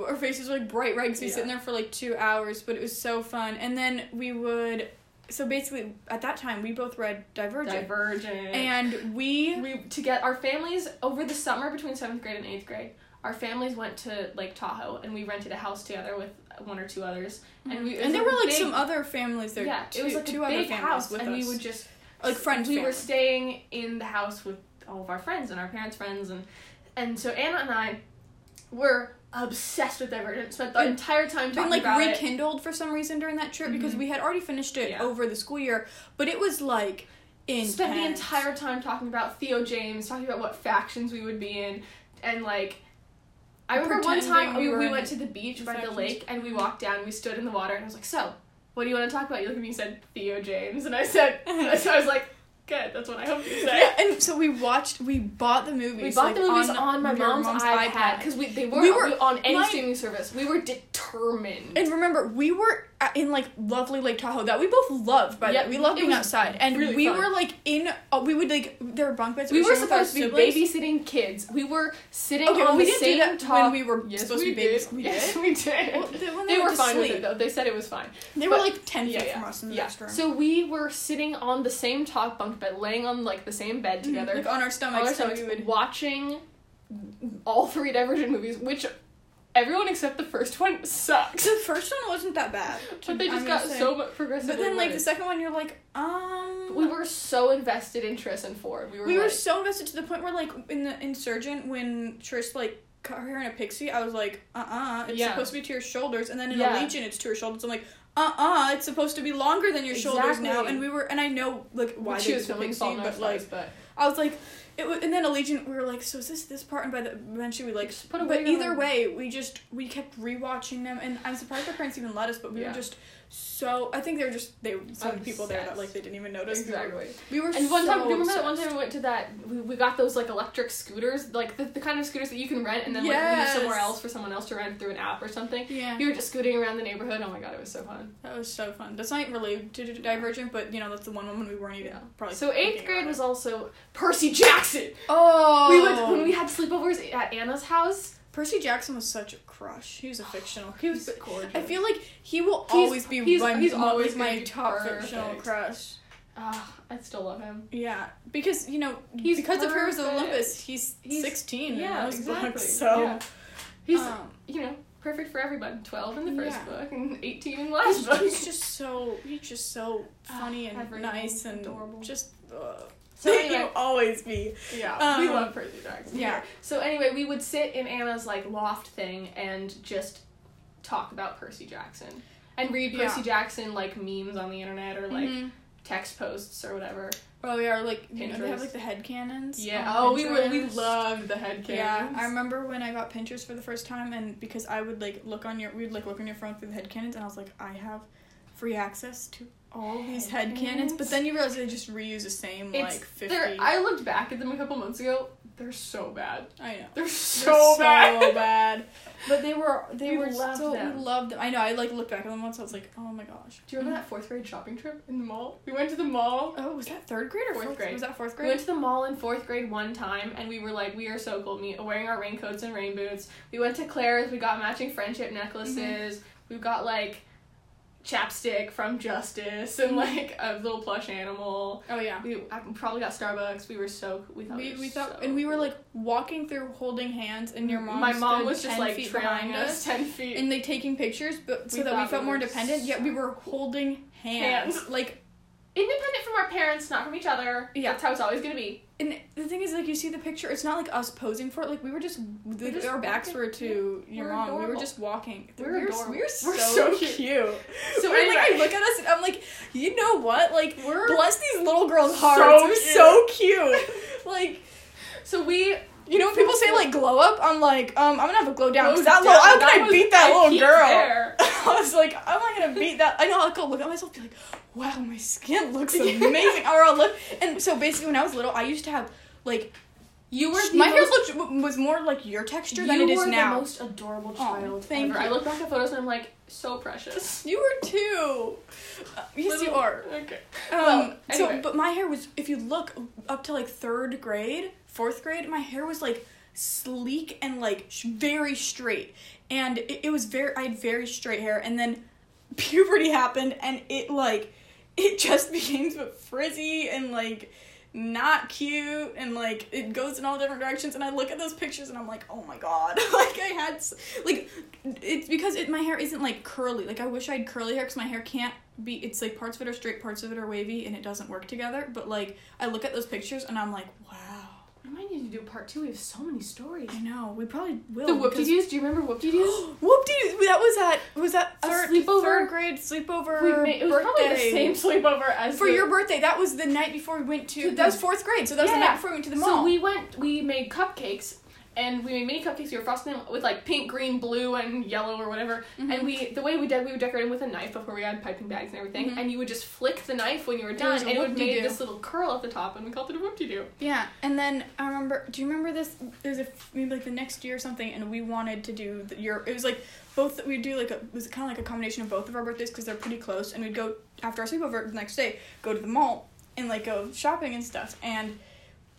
our faces were like bright red because we sit in
Yeah.
there for like two hours, but it was so fun. And then we would, so basically at that time we both read Divergent,
Divergent.
and we
we to get our families over the summer between seventh grade and eighth grade. Our families went to Lake Tahoe and we rented a house together with one or two others, and we it was
Mm-hmm. and there
a
were like
big-
some other families there.
yeah,
two,
it was like
two
a
other
big
families
house,
with
and
us.
we would just
like friends.
We were
family.
staying in the house with all of our friends and our parents' friends, and and so Anna and I were obsessed with Divergent. Spent the
And-
entire time
been
talking
like
about it. Mm-hmm.
rekindled for some reason during that trip because we had already finished it
Yeah.
over the school year, but it was like intense.
spent the entire time talking about Theo James, talking about what factions we would be in, and like. I remember one
Pretending
time
we
we,
were
we
in
went to the beach by the
factions.
lake and we walked down, we stood in the water, and I was like, So, what do you want to talk about? You look at me and said, Theo James. And I said, So I was like, Good, that's what I hope you say.
Yeah, and so we watched. We bought the movies.
We bought
like,
the movies on, my
your
mom's, iPad because we they weren't
We were-
on any
my-
streaming service. We were determined.
And remember, we were at- in like lovely Lake Tahoe that we both loved. By
Yeah,
the way, we loved
it
being
was
outside, and
really
we
fun.
were like in. Uh, we would like there were bunk beds. that
we were
sharing with our
supposed to be
siblings.
babysitting kids. We were sitting
Okay,
on
we
the
didn't do
same
that
top.
when we were
yes,
supposed
we
to be babies.
did.
We
yes,
did.
we did.
Well, the- when
they
went
were
to
fine with
sleep,
it though. They said it was fine.
They were
but-
like ten feet
yeah, yeah,
from us in the
yeah.
next room.
So we were sitting on the same top bunk bed, laying on like the same bed together,
Mm, Mm-hmm. like on our
on our
stomachs, and
stomachs,
we would
watching all three Divergent movies, which everyone except the first one sucks.
The first one wasn't that bad.
But they
I'm
just
gonna
got
say.
so much progressive.
But then, like the second one, you're like, um,
we were so invested in Tris and Ford. We were.
we were
like,
so invested to the point where, like, in the Insurgent, when Trish like cut her hair in a pixie, I was like, uh, uh it's
Yeah.
supposed to be to your shoulders, and then in
Yeah.
Allegiant, it's to her shoulders. I'm like, uh, uh it's supposed to be longer than your shoulders now,
Exactly.
and we were, and I know like why
she
they
was
did the
filming
pixie,
Fault in Our
but like,
Stars, but
I was like, it was, and then Allegiant, we were like, so is this this part? And by the eventually, we like,
Just put a
but
wig on.
either way, we just we kept rewatching them, and I'm surprised our parents even let us, but we
Yeah.
were just so. I think they were just they some of the people there that
Obsessed.
like they didn't even notice. We were-
exactly.
We were.
And one
so
time, do you remember that one time
obsessed.
we went to that? We, we got those like electric scooters, like the, the kind of scooters that you can rent and then like
Yes.
leave somewhere else for someone else to rent through an app or something.
Yeah,
We were just scooting around the neighborhood. Oh my god, it was so fun.
that was so fun. That's not related to Divergent, but you know that's the one moment we weren't even
Yeah.
probably.
So eighth
thinking
grade
about
was
it.
also Percy Jackson.
Oh,
We would when we had sleepovers at Anna's house.
Percy Jackson was such a crush. He was a fictional. He was.
gorgeous.
I feel like he will
He's-
always be
he's-
my,
he's
my-
always gonna
my
be
top
perfect.
fictional crush.
Ah, I still love him.
Yeah, because you know,
He's
because of Heroes of
perfect.
Olympus, he's,
He's-
sixteen.
yeah,
in those
exactly.
books, so
yeah. he's
um,
you know, perfect for everyone. Twelve in the first
Yeah.
book and eighteen in the last
he's,
book.
he's just so he's just so funny and
everything.
nice and
Adorable.
just. Uh,
So anyway,
he'll always be.
yeah,
um,
we love Percy Jackson.
yeah.
So anyway, we would sit in Anna's like loft thing and just talk about Percy Jackson and read
Yeah.
Percy Jackson like memes on the internet or like
Mhm.
text posts or whatever.
Oh yeah, or like you know, they have
Pinterest.
like the head cannons.
Yeah.
on
Oh, we were we
Pinterest.
loved the head
Yeah,
cannons.
I remember when I got Pinterest for the first time, and because I would like look on your, we'd like look on your phone through the head cannons, and I was like, I have free access to all these head cannons. But then you realize they just reuse the same
It's,
like fifty.
they're, I looked back at them a couple months ago. They're so bad.
I know.
They're so,
They're
bad.
So bad. But they were they
We
were
loved
so
them.
we loved them. I know. I like looked back at them once. I was like, oh my gosh.
Do you remember that fourth grade shopping trip in the mall? We went to the mall
Oh, was that third grade or
Fourth
fourth,
grade.
Was that fourth
We went
grade?
to the mall in fourth grade one time, and we were like, we are so cool, me wearing our raincoats and rain boots. We went to Claire's. We got matching friendship necklaces.
Mm-hmm.
We got like chapstick from Justice and
Mhm.
like a little plush animal.
Oh yeah.
We I probably got Starbucks. We were so we thought we,
We,
were
we thought,
so
and we were
cool. Mm,
like walking through, holding hands, and your mom.
My mom
stood
was just
10
like
feet
trailing
behind
us ten feet.
and like taking pictures, but so
We
that we
thought
felt
we
more
were
independent. Yet we were holding hands.
Hands.
Like,
Independent from our parents, not from each other.
Yeah.
that's how it's always gonna be.
and the thing is, like, you see the picture. It's not like us posing for it. Like, we were just, like,
just
our backs
walking.
were to
Yeah,
your
we're
mom. We were
adorable.
just walking.
We're
we were,
adorable.
we were so,
so
cute.
cute.
So
So
and, like, I
anyway.
look at us and I'm like, you know what? Like,
We're
bless these little girls'
so
hearts. we're so cute. like.
so we
You know when people say like glow up, I'm like, um, I'm gonna have a glow down. 'cause
Goes
that
down.
little, how
That
can I
was-
beat that
I
little
peaked
girl?
there.
I was like, I'm not gonna beat that. I know I'll go look at myself, and be like, wow, my skin looks amazing. or I'll look, and so basically when I was little, I used to have Like
You were the
my hair
most-
looked was more like your texture
you
than it is
were
now.
the most adorable
Aw,
child.
thank
ever.
you.
I look back at photos and I'm like, so precious.
you were too. Uh, yes, you
Little-
are.
Okay.
Um,
Well, Oh, anyway.
so, but my hair was, if you look up to like third grade, fourth grade, my hair was like sleek and like sh- very straight. And it, it was very, I had very straight hair. And then puberty happened and it like, it just became so frizzy and like not cute and like it goes in all different directions. And I look at those pictures and I'm like, oh my god. like I had, s- like, it's because it, my hair isn't like curly. Like I wish I had curly hair because my hair can't be it's like parts of it are straight, parts of it are wavy, and it doesn't work together. But like I look at those pictures and I'm like, wow,
I might need to do part two. We have so many stories.
I know we probably will.
The whoop de doos. Do you remember whoop de doos?
whoop dee that was at was that
A
third,
sleepover?
third grade sleepover
We made, it was probably the
birthday.
same sleepover as
for
the-
your birthday. That was the night before we went to
Dude,
that was
the-
fourth grade, so that was the
Yeah.
night before we went to the mall.
So we went. We made cupcakes, and we made mini cupcakes. We were frosting them with like pink, green, blue, and yellow or whatever.
Mm-hmm.
And we, the way we did, we would decorate them with a knife before we had piping bags and everything.
Mhm.
And you would just flick the knife when you were
There
done,
was a
and it would
whoop-de-doo.
make this little curl at the top, and we called it a whoop de doo.
Yeah, and then I remember. Do you remember this? It was a, maybe like the next year or something, and we wanted to do the, your. It was like both. We do like a it was kind of like a combination of both of our birthdays because they're pretty close, and we'd go after our sleepover the next day, go to the mall and like go shopping and stuff, and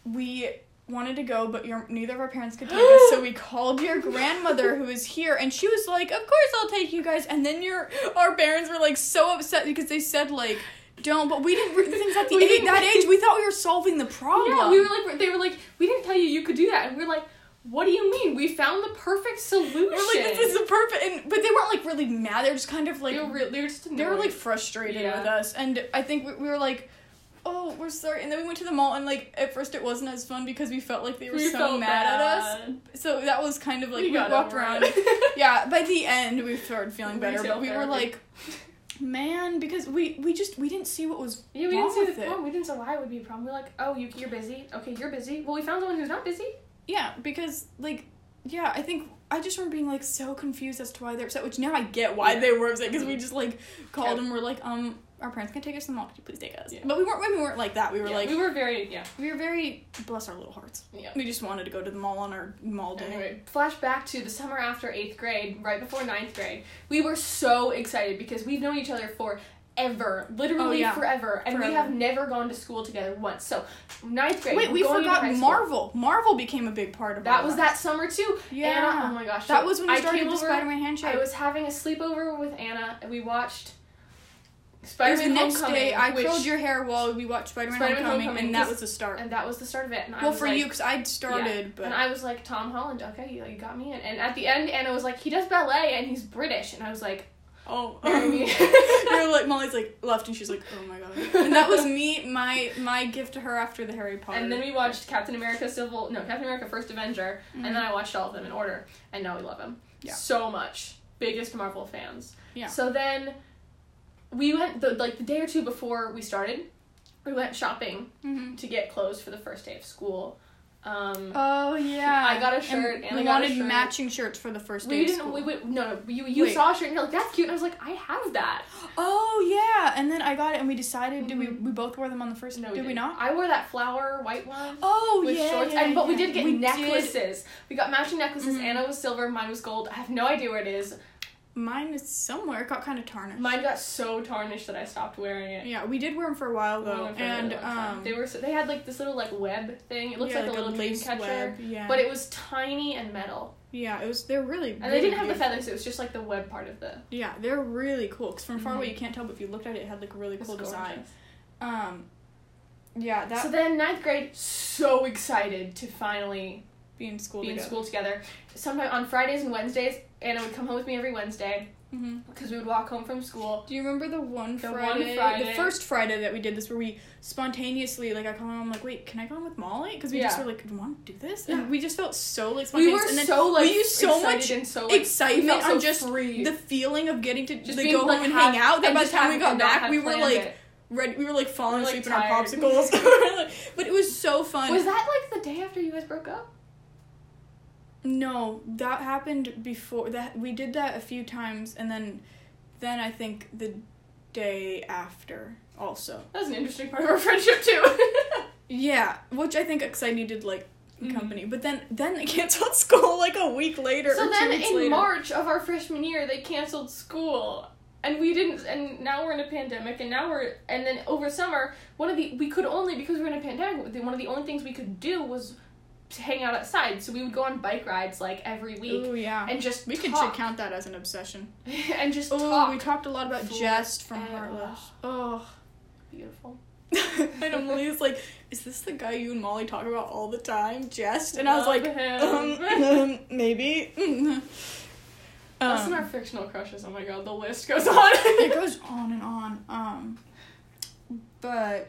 we wanted to go, but your neither of our parents could take us, so we called your grandmother who was here, and she was like, "Of course I'll take you guys." And then your our parents were like so upset because they said like. Don't, but we didn't. The things at the
We
age,
didn't-
that age, we thought we were solving the problem.
Yeah, we were like, they were like, we didn't tell you you could do that, and we are like, what do you mean? We found the perfect solution.
They're like, this is the perfect. And, but they weren't like really mad. They're just kind of like
they were, real, they were just
they were
annoyed.
like frustrated
Yeah.
with us. And I think we, we were like, oh, we're sorry. And then we went to the mall, and like at first it wasn't as fun because we felt like they were
We
so
felt
mad at
bad.
us. So that was kind of like
we,
we,
got
walked
over
around.
it.
yeah, by the end we started feeling better,
Retail
but we were
therapy.
like, man, because we we just we didn't see what was
Yeah, we
wrong
didn't see the
with it.
problem. We didn't say why it would be a problem. We We're like, oh, you, you're busy. Okay, you're busy. Well, we found someone who's not busy.
Yeah, because like, yeah, I think I just remember being like so confused as to why they're upset. Which now I get why
Yeah. Mm-hmm.
they were upset because we just like called
Yeah.
and we're like, um, our parents can take us to the mall. Could you please take us?
Yeah.
But we weren't. We weren't like that. We were
Yeah,
like,
we were very yeah
we were very bless our little hearts.
yeah.
We just wanted to go to the mall on our mall day.
Anyway, flash back to the summer after eighth grade, right before ninth grade. We were so excited because we've known each other for ever, literally
Oh, yeah.
forever, and we
Forever.
have never gone to school together once. So ninth grade.
Wait,
we're
we
going into high
forgot
school.
Marvel. Marvel became a big part of
That
our
was
lives.
that summer too.
Yeah.
Anna, oh my gosh.
That
so
was when we
I
started
came
the
over,
Spider-Man handshake.
I was having a sleepover with Anna, and we watched.
it was
Spider-Man
the next
Homecoming,
day. I
which-
curled your hair while we watched Spider-Man,
Spider-Man
Homecoming,
Homecoming,
and that
'cause-
was the start.
and that was the start of it. And I
well,
was
for
like,
you, because I'd started, but
And I was like, Tom Holland, okay, you, you got me in. And at the end, Anna was like, he does ballet and he's British. And I was like,
Oh,
Marry me.
you're like Molly's like left, and she's like, oh my god. And that was me, my my gift to her after the Harry Potter.
and then we watched Captain America Civil, no, Captain America First Avenger. And then I watched all of them in order. And now we love him.
Yeah.
So much. Biggest Marvel fans.
Yeah.
So then we went, the, like the day or two before we started, we went shopping
Mhm.
to get clothes for the first day of school. Um,
Oh yeah,
I got a
And
shirt, and
we
I got a
wanted
shirt.
matching shirts for the first day.
we
of
didn't,
school.
we, we, no, no, you, you
Wait.
saw a shirt and you're like, that's cute. And I was like, I have that.
oh yeah, and then I got it, and we decided. Did we
Mhm.
we both wore them on the first?
No,
did we
didn't.
not?
I wore that flower white one.
Oh
with
yeah,
shorts,
yeah,
and but we
yeah.
did get
We
necklaces. We got matching necklaces.
Mhm.
Anna was silver, mine was gold. I have no idea where it is.
Mine is somewhere. It got kind of tarnished.
Mine got so tarnished that I stopped wearing it.
Yeah, we did wear them for a while
I
though,
wore it for a really
and
long time.
um,
they were so, they had like this little like web thing. It looks
yeah,
like, a little dream
lace
catcher,
web, Yeah,
but it was tiny and metal,
yeah, it was. They're really
and
really
they didn't have the
beautiful.
feathers. It was just like the web part of the
Yeah, they're really cool. Cause from far away
Mhm.
you can't tell, but if you looked at it, it had like a really
it was
cool
gorgeous.
design. Um, yeah, that
So then ninth grade, so excited to finally
be in school.
be in
together.
school together. Sometime on Fridays and Wednesdays, Anna would come home with me every Wednesday
Mhm.
because we would walk home from school.
Do you remember the one
Mm-hmm. The one
Friday, the
Friday.
first Friday that we did this, where we spontaneously like I called him, I'm like, wait, can I go on with Molly? Because we just
Yeah.
were like, do you want to do this?
Yeah.
And we just felt so like
We
spontaneous.
were
and then
so like
we used so
excited
much
and so like, we
excitement
felt so
on just
free.
the feeling of getting to
Just
like,
being,
go
like,
home and
have-
hang out. That
and
by the
just
time we
have-
got
and not
back,
have
we were
planned
like
it.
ready. We were like falling
We're, like,
asleep in our
tired.
popsicles. but it was so fun.
was that like the day after you guys broke up?
No, that happened before that we did that a few times and then then I think the day after also.
That was an interesting part of our friendship too.
Yeah, which I think because I needed like
Mm-hmm.
company, but then then they canceled school like a week later. or
So
two
then
weeks
in
later.
March of our freshman year, they canceled school. And we didn't, and now we're in a pandemic, and now we're, and then over summer, one of the, we could only, because we were in a pandemic, the- one of the only things we could do was to hang out outside. So we would go on bike rides like every week
Ooh, yeah.
and just
we could should
talk.
count that as an obsession.
and just
Oh,
talk.
we talked a lot about
Fool.
Jest from
Uh,
Heartless. Oh.
Beautiful.
and Emily's like, is this the guy you and Molly talk about all the time, Jest? And I was
Love
like, um,
him.
um, maybe. Mm.
Us and our
Um,
fictional crushes. Oh my god, the list goes on.
it goes on and on. Um, but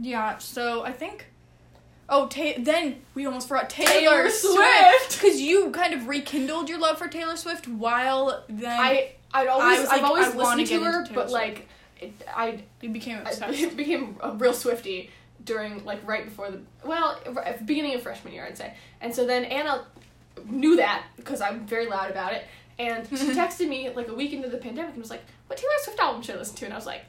yeah, so I think. Oh, ta- then we almost forgot Taylor,
Taylor
Swift
Swift.
because you kind of rekindled your love for Taylor Swift while then
I I'd always
I was
I've
like,
always
I wanna
listened
get
to her,
into Taylor
but
Swift.
like it, I
you became
I
obsessed.
became a real Swifty during like right before the well r- beginning of freshman year I'd say, and so then Anna knew that because I'm very loud about it, and she texted me like a week into the pandemic and was like, "What Taylor Swift album should I listen to?" And I was like,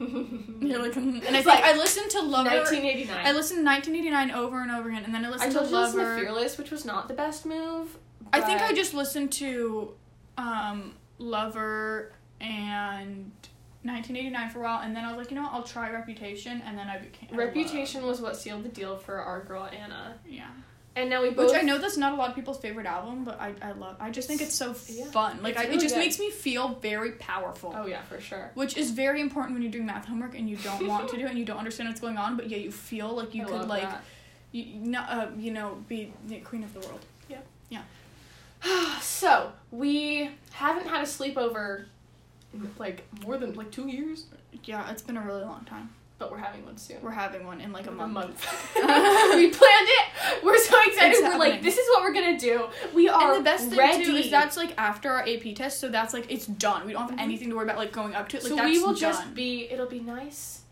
You're like, mm. and I
It's
think
like
I listened to Lover. I
1989.
listened to 1989 over and over again, and then I
I
listened
told
to
you to listen to
Lover.
Fearless, which was not the best move.
I think I
but-
just listened to um, Lover and 1989 for a while, and then I was like, you know what, I'll try Reputation, and then I became I love-
Reputation was what sealed the deal for our girl Anna,
Yeah,
and now we both.
which I know that's not a lot of people's favorite album, but I, I love. I just think it's so
Yeah.
fun. Like
It's
I,
really
it just
good.
makes me feel very powerful.
Oh yeah, for sure.
Which is very important when you're doing math homework and you don't want to do it and you don't understand what's going on, but yeah, you feel like you
I
could
love
like
that.
you, no, uh, you know be the queen of the world.
So we haven't had a sleepover, in, like more than like two years,
Yeah, it's been a really long time.
but we're having one soon.
We're having one in like a
A
month.
month. we planned it. We're so excited.
It's
we're like,
happening.
this is what we're gonna do. We are
and the best thing
ready.
too is that's like after our AP test, so that's like it's done. We don't have
Mhm.
anything to worry about like going up to it. Like
so
that's
we will
done.
just be. It'll be nice,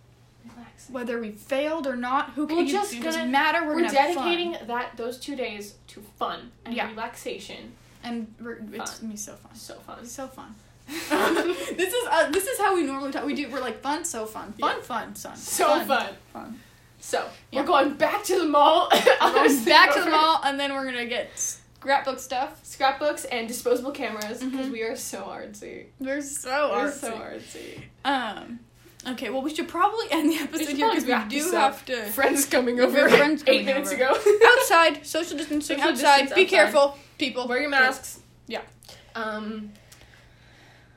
relaxing.
whether we failed or not. Who
We're
can
just
it doesn't
gonna-
matter. We're,
We're,
gonna have fun.
dedicating that those two days to fun and
Yeah.
relaxation.
and we're, it's gonna be so fun.
So fun.
It's so fun. this is uh, this is how we normally talk. We do. We're like fun, so fun, fun, fun, fun,
So fun.
fun.
So
Yeah.
we're going back to the mall.
We're going back to the mall, and then we're gonna get scrapbook stuff.
Scrapbooks and disposable cameras because
Mhm.
we are so artsy.
We're so
We're
artsy.
so artsy.
Um. Okay. Well, we should probably end the episode
should
here because
probably wrap
we
this
do
up.
have to.
Friends coming
We have
over.
friends coming
eight minutes
over.
ago.
outside, social distancing
Social
outside.
distance
Be
outside.
careful, people.
Wear your masks.
Yeah.
Um,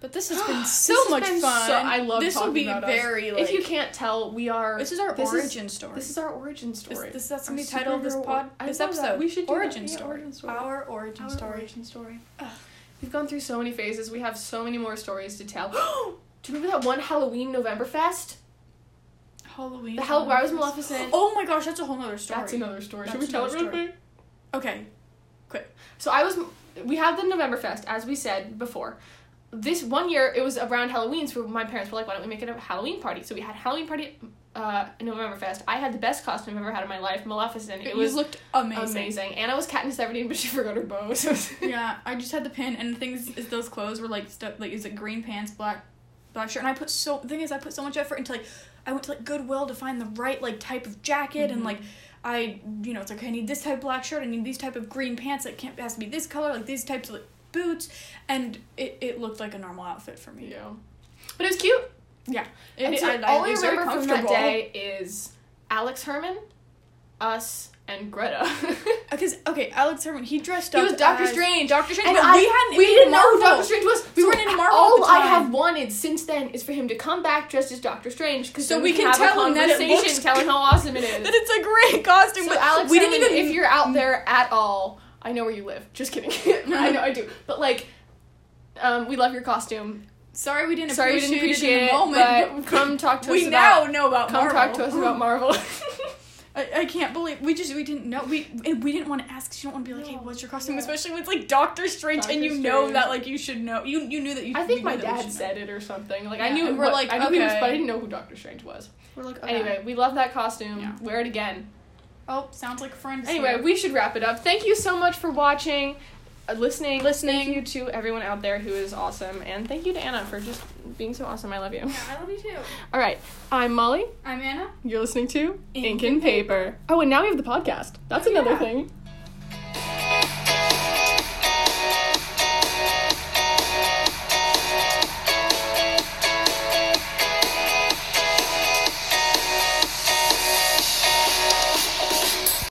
But this has been
This
so
has
much
been
fun.
so- I love
this. will
talking
be
about us.
very like
if you can't tell, we are.
this is our
this is-
origin story.
this is our origin
This,
story.
this that's
Our
gonna be the title of this
superhero
pod.
or- I
this
love
episode.
that. We should do
origin,
that. Yeah,
story.
origin story.
Our origin
Our
story.
origin story.
Ugh.
We've gone through so many phases. We have so many more stories to tell. Do you remember that one Halloween Novemberfest?
Halloween.
The hell, where I was
Halloween.
Maleficent.
Oh my gosh, that's a whole nother story.
That's another story. Should
That's
we tell it
another
real
story.
quick?
okay.
So I was. We had the Novemberfest, as we said before. This one year, it was around Halloween, so my parents were like, "Why don't we make it a Halloween party?" So we had Halloween party, uh, Novemberfest. I had the best costume I've ever had in my life, Maleficent. It
You
was
looked amazing.
amazing. Anna was Katniss Everdeen, but she forgot her bow. So
yeah, I just had the pin, and the thing is, is those clothes were like stuff like is it green pants, black, black shirt, and I put so the thing is I put so much effort into like I went to like Goodwill to find the right like type of jacket, and
Mhm.
like I you know it's like okay, I need this type of black shirt, I need these type of green pants that can't it has to be this color, like these types of like boots, and it it looked like a normal outfit for me.
yeah, but it was cute.
It,
and
was-
so
I- I
all I
was very
remember from that
comfortable.
day is Alex Herman, us, and Greta.
Because okay, Alex Herman, he dressed
He
up.
was Doctor
as-
Strange.
Doctor Strange,
And
but
I-
we hadn't.
we
even
didn't know who
Marvel.
Doctor Strange was.
We weren't in Marvel at
All
the
I
time.
have wanted since then is for him to come back dressed as Doctor Strange, because
So
then
we can
have
tell
a
him that it
conversation,
looks-
tell him how awesome it
That
is.
it's a great costume.
so
but
Alex,
we didn't even.
If you're out there at all, I know where you live. Just kidding. I know I do, but like. Um, we love your costume.
Sorry, we didn't.
Sorry we
appreciate
didn't appreciate
it in
it,
the
but
moment.
come talk to
we
us
now
about
know about
come
Marvel.
talk to us about Marvel.
I, I can't believe we just we didn't know we and we didn't want to ask. 'cause You don't want to be like, hey,
No.
what's your costume?
Yeah.
Especially when it's like Doctor Strange,
Doctor
and you know
Strange.
that like you should know. You you knew that you.
I
you
think my
knew that we
dad
should know.
said it or something. Like I
Yeah,
knew,
and we're
what-
like,
I knew he was,
okay.
but I didn't know who Doctor Strange was.
We're like
Anyway, we love that costume.
Yeah.
Wear it again.
Oh, sounds like friends.
Anyway, we should wrap it up. Thank you so much for watching. uh, listening.
Listening.
Thank you to everyone out there who is awesome, and thank you to Anna for just being so awesome. I love you.
Yeah, I love you too.
All right, I'm Molly.
I'm Anna.
You're listening to
Ink
Ink
and
and Paper. Oh, and now we have the podcast. That's
Oh,
another
yeah.
thing.